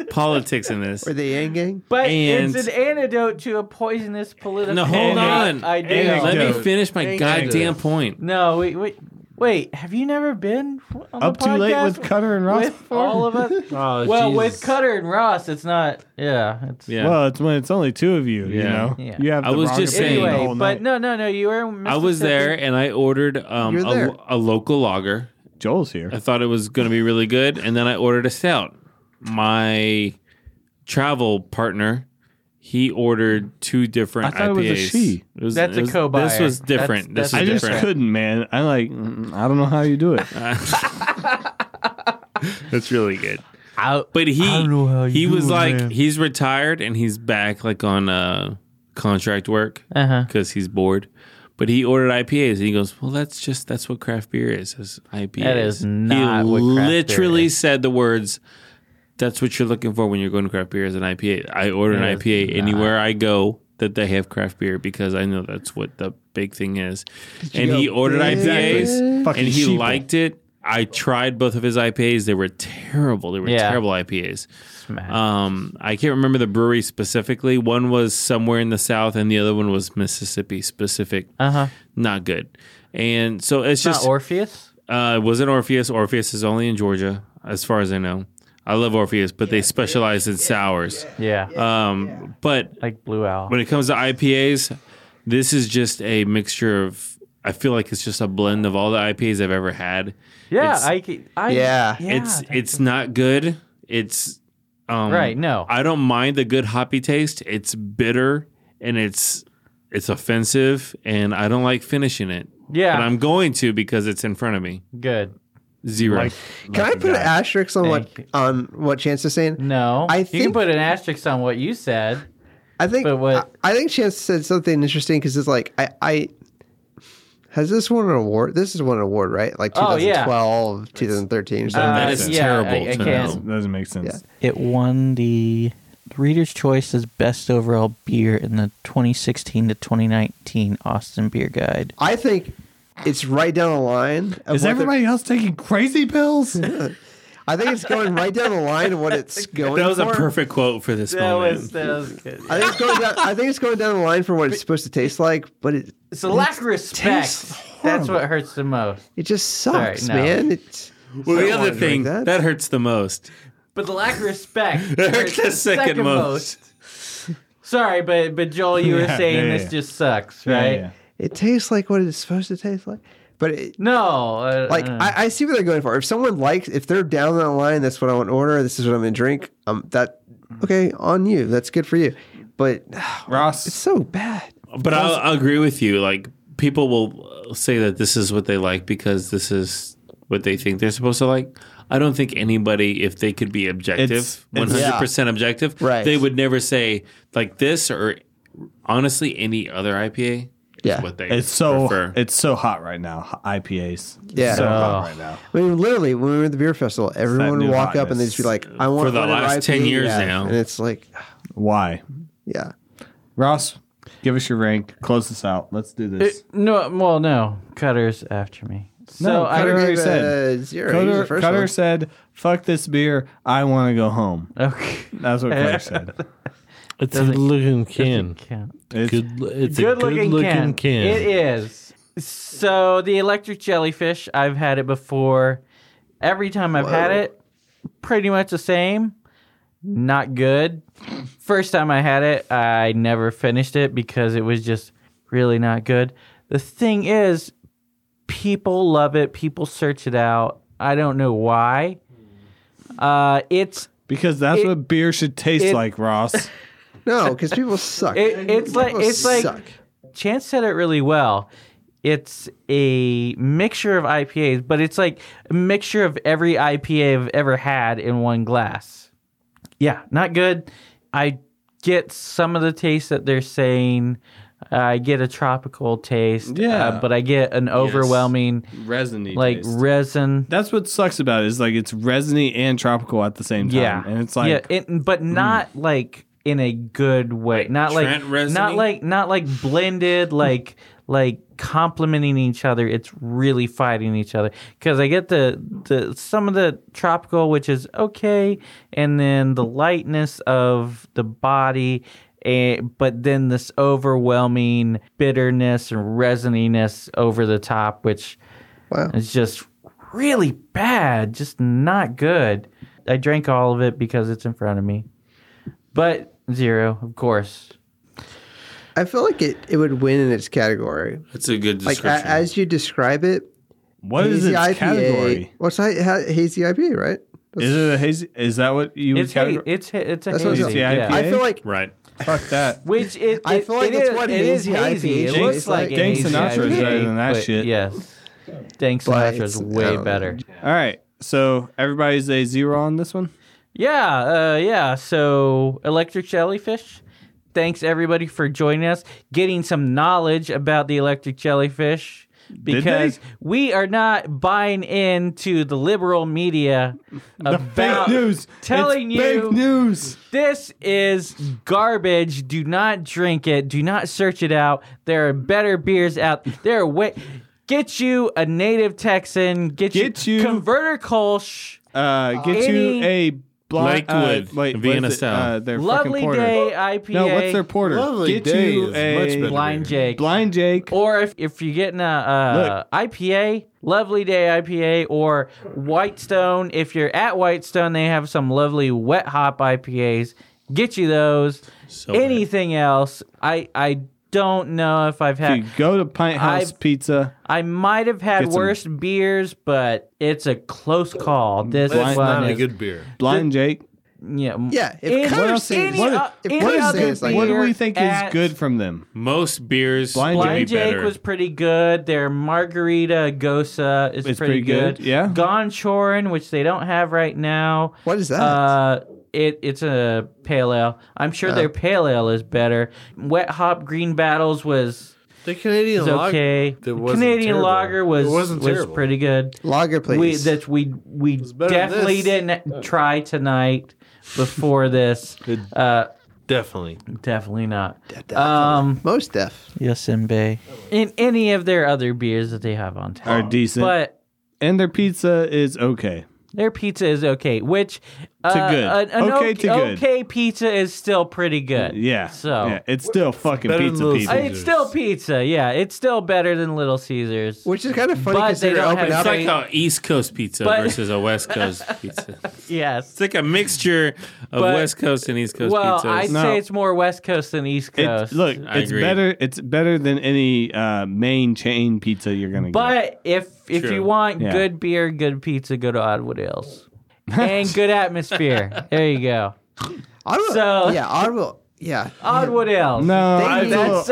politics in this. Were they Yang Gang? But And- it's an antidote to a poisonous political No, hold on. idea. Let me finish my goddamn point. No, wait, wait. Wait, have you never been on Up the too late podcast with Cutter and Ross With before? all of us? Oh, well, with Cutter and Ross, it's not. Yeah, it's Yeah. Well, it's when it's only two of you. You Yeah. know, Yeah. you have. The I was wrong just opinion saying- the Anyway, whole but night. no, no, no. You were. In I was there Mississippi. and I ordered um, You're there. a, a local lager. Joel's here. I thought it was going to be really good, and then I ordered a stout. My travel partner, he ordered two different. I thought it was IPAs. a she. It was- That's it a was- co-buyer. This was different. That's- this I was just different. Uh, couldn't, man. I like. mm, I don't know how you do it. That's really good. but he he was like he's retired and he's back like on uh, contract work Uh-huh. because he's bored. But he ordered IPAs and he goes, "Well, that's just that's what craft beer is. Is IPAs? That is not He what craft beer literally said the words. That's what you're looking for when you're going to craft beer is an IPA. I order That an is IPA not- anywhere I go that they have craft beer because I know that's what the big thing is. you And he go ordered big? IPAs Fucking and he sheeple. liked it. I tried both of his IPAs. They were terrible. They were Yeah. terrible IPAs. Um, I can't remember the brewery specifically. One was somewhere in the south, and the other one was Mississippi specific. Uh huh. Not good. And so it's Not just Orpheus. uh, it wasn't Orpheus. Orpheus is only in Georgia, as far as I know. I love Orpheus, but they specialize in sours. Yeah. Um, but Like Blue Owl. when it comes to IPAs, this is just a mixture of. I feel like it's just a blend of all the IPAs I've ever had. Yeah, It's- I, c- I- Yeah. it's it's not good. It's um, Right, no. I don't mind the good hoppy taste. It's bitter and it's it's offensive, and I don't like finishing it. Yeah. but I'm going to because it's in front of me. good. Zero. Can I put an asterisk on what on what Chance is saying? No, I you can think- put an asterisk on what you said. I think But what- I, I think Chance said something interesting because it's like I, I has this won an award? This is won an award, right? Like Oh, yeah. 2012, 2013 or something. Uh, that is yeah, terrible. I- I to can't- know. doesn't make sense. It won the Reader's Choice as best overall beer in the 2016 to 2019 Austin Beer Guide. I think it's right down the line. Of Is what everybody else taking crazy pills? they're- I think it's going right down the line of what it's going. That was a for. perfect quote for this moment. I think it's going down. I think it's going down the line for what it's supposed to taste like, but it It's a lack of respect. tastes That's horrible. what hurts the most. It just sucks, Sorry, no. man. It's I Well, the don't other wanna drink thing that. that. hurts the most. But the lack of respect That hurts hurts the second most. Sorry, but but Joel, you were Yeah, saying yeah, this yeah. just sucks, Yeah, right? yeah. It tastes like what it's supposed to taste like, but it, no, uh, like Mm. I, I see what they're going for. If someone likes, if they're down that line, that's what I want to order. This is what I'm gonna drink. Um, that Mm. okay on you. That's good for you. But Ross, it's so bad. But I'll, I'll agree with you. Like people will say that this is what they like because this is what they think they're supposed to like. I don't think anybody, if they could be It's- objective, one it's- hundred percent objective, Right. they would never say like this or honestly any other IPA. Yeah. is what they It's so prefer. it's so hot right now. IPAs. Yeah. So hot right now. I mean, literally, when we were at the beer festival, everyone would new walk up and hotness. they'd just be like, "I want For the whatever last 10 IPA you years have." now. and it's like, Why? Yeah. Ross, give us your rank. Close this out. Let's do this. It- no, well, no, Cutter's after me. no, Cutter already said. uh, zero. Cutter, He was the first Cutter one. said, "Fuck this beer. I want to go home." Okay, that's what Cutter said. It's a Doesn't- looking can. It's good. It's a good looking can. It is. So the electric jellyfish, I've had it before. Every time I've had Whoa. it, pretty much the same. Not good. First time I had it, I never finished it because it was just really not good. The thing is, people love it. People search it out. I don't know why. Uh, it's because that's what beer should taste it- like, Ross. No, because people suck. It, it's like People it's like suck. Chance said it really well. It's a mixture of IPAs, but it's like a mixture of every IPA I've ever had in one glass. Yeah, not good. I get some of the taste that they're saying. I get a tropical taste. uh, Yeah. but I get an overwhelming Resiny like taste. resin. That's what sucks about it is like it's resiny and tropical at the same time. Yeah, and it's like hmm. yeah, it, but not like in a good way. not like Trent Reznor? not like not like blended like like complementing each other. It's really fighting each other because I get the the some of the tropical, which is okay, and then the lightness of the body. eh, but then this overwhelming bitterness and resininess over the top, which is just really bad, just not good. I drank all of it because it's in front of me. But zero, of course. I feel like it, it would win in its category. That's a good Like a, description. as you describe it, What is hazy its IPA, category? What's I, ha, hazy IPA, right? is it a hazy? Is that what you would It's ha- categorize? it's ha- it's a That's what hazy. I'm saying. yeah. I feel like right. Fuck that. Which it, I it- feel like it it's is- what it is hazy hazy. IPA It is. looks It's like like Dank Dank Sinatra's better than that shit. Yes, Dank Sinatra's way better. All right, so everybody's a zero on this one. Yeah, uh, yeah. So electric jellyfish. Thanks everybody for joining us, getting some knowledge about the electric jellyfish. they? Because we are not buying into the liberal media about fake news. telling It's you fake news. this is garbage. Do not drink it. Do not search it out. There are better beers out there. Are way- get you a native Texan. Get, Get you- converter Kolsch. Uh, get Any- you a blind, Lakewood, uh, wait, what Vienna is it? style. Uh, their Lovely fucking porter. Day IPA. No, what's their porter? Lovely get Day you is a much better Blind beer. Jake. Blind Jake. Or if, if you're getting a uh, IPA, Lovely Day IPA, or Whitestone. If you're at Whitestone, they have some lovely wet hop IPAs. Get you those. Anything else? I I don't know if I've had. Dude, go to Pint House I've- Pizza. I might have had Get some- worse beers, but it's a close call. This Blind- one not a is- good beer. Blind Jake. Yeah. m- Yeah, if Any- Cutter says- any what- o- if any Cutter other says, like, What do we beer think at- is good from them? Most beers Blind would Jake. be Blind Jake better. was pretty good. Their margarita gosa is It's pretty, pretty good, good. yeah. Gonchorin, which they don't have right now. What is that? Uh, it it's a pale ale. I'm sure Oh. their pale ale is better. Wet hop green battles was The Canadian is log- okay. that wasn't Canadian terrible. lager was It wasn't was terrible. pretty good. Lager, please. We that we we better than definitely this. Uh. didn't try tonight before this. Uh, Definitely. definitely not. Um, Most deaf. Yes, in Bay. in any of their other beers that they have on tap Are decent. But and their pizza is okay. Their pizza is okay, which uh, good. an- an Okay to good. okay pizza is still pretty good. Yeah. So yeah, it's still fucking better than pizza Little pizza. Uh, It's still pizza. Yeah, it's still better than Little Caesars, which is kind of funny But they considering don't open have- It's up- like a East Coast pizza But- versus a West Coast pizza. Yes, it's like a mixture of But- West Coast and East Coast well, pizzas. I'd say it's more West Coast than East Coast. Look, it's better. It's better than any uh, main chain pizza you're gonna But if if True. you want Yeah. good beer, good pizza, go to Oddwood Ales, and good atmosphere. There you go. so yeah, Oddwood, yeah, Oddwood get. Ales. No, They I need-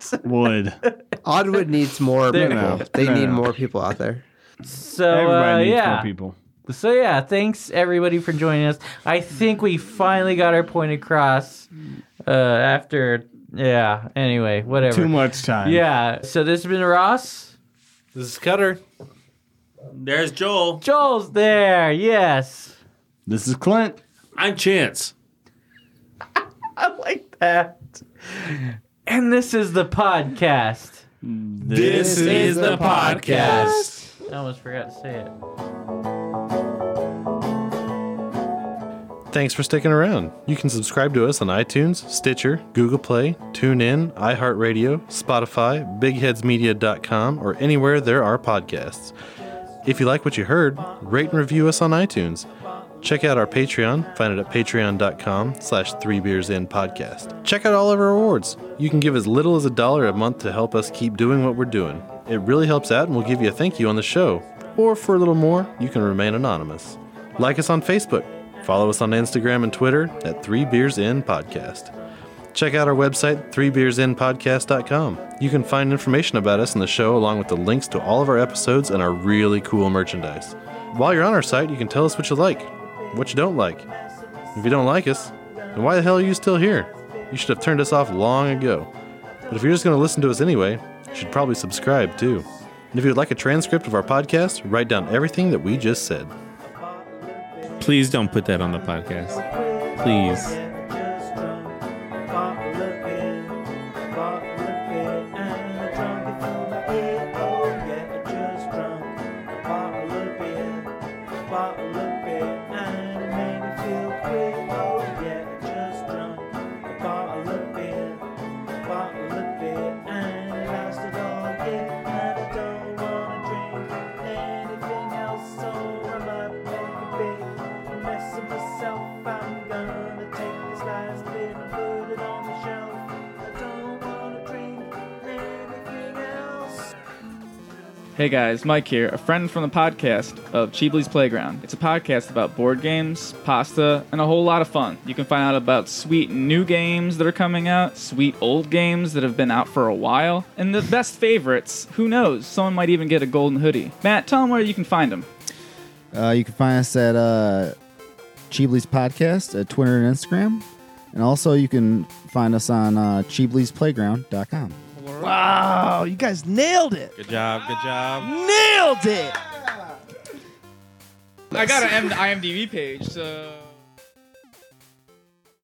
feel odd. Would Uh, Oddwood needs more They're- people. No, They no, need no. more people out there. So Everybody uh, needs yeah. more people. So yeah, thanks everybody for joining us. I think we finally got our point across. Uh, after yeah. Anyway, whatever. Too much time. Yeah. So this has been Ross. This is Cutter. There's Joel. Joel's there. Yes. This is Clint. I'm Chance. I like that. And this is the podcast. This is the podcast. I almost forgot to say it. Thanks for sticking around. You can subscribe to us on iTunes, Stitcher, Google Play, TuneIn, iHeartRadio, Spotify, BigHeadsMedia.com, or anywhere there are podcasts. If you like what you heard, rate and review us on iTunes. Check out our Patreon. Find it at patreon.com slash three beers in podcast. Check out all of our awards. You can give as little as a dollar a month to help us keep doing what we're doing. It really helps out and we'll give you a thank you on the show. Or for a little more, you can remain anonymous. Like us on Facebook. Follow us on Instagram and Twitter at Three Beers In Podcast. Check out our website, threebeersinpodcast.com. You can find information about us and the show, along with the links to all of our episodes and our really cool merchandise. While you're on our site, you can tell us what you like, what you don't like. If you don't like us, then why the hell are you still here? You should have turned us off long ago. But if you're just going to listen to us anyway, you should probably subscribe too. And if you would like a transcript of our podcast, write down everything that we just said. Please don't put that on the podcast. Please. I'm gonna take this last bit and put it on the shelf. I don't wanna drink anything else. Hey guys, Mike here, a friend from the podcast of Cheebly's Playground. It's a podcast about board games, pasta, and a whole lot of fun. You can find out about sweet new games that are coming out, sweet old games that have been out for a while, and the best favorites. Who knows? Someone might even get a golden hoodie. Matt, tell them where you can find them. Uh, you can find us at uh, Cheebly's Podcast at Twitter and Instagram. And also, you can find us on uh, cheeblysplayground.com. Wow, you guys nailed it. Good job. Good job. Nailed it. I got an IMDb page, so.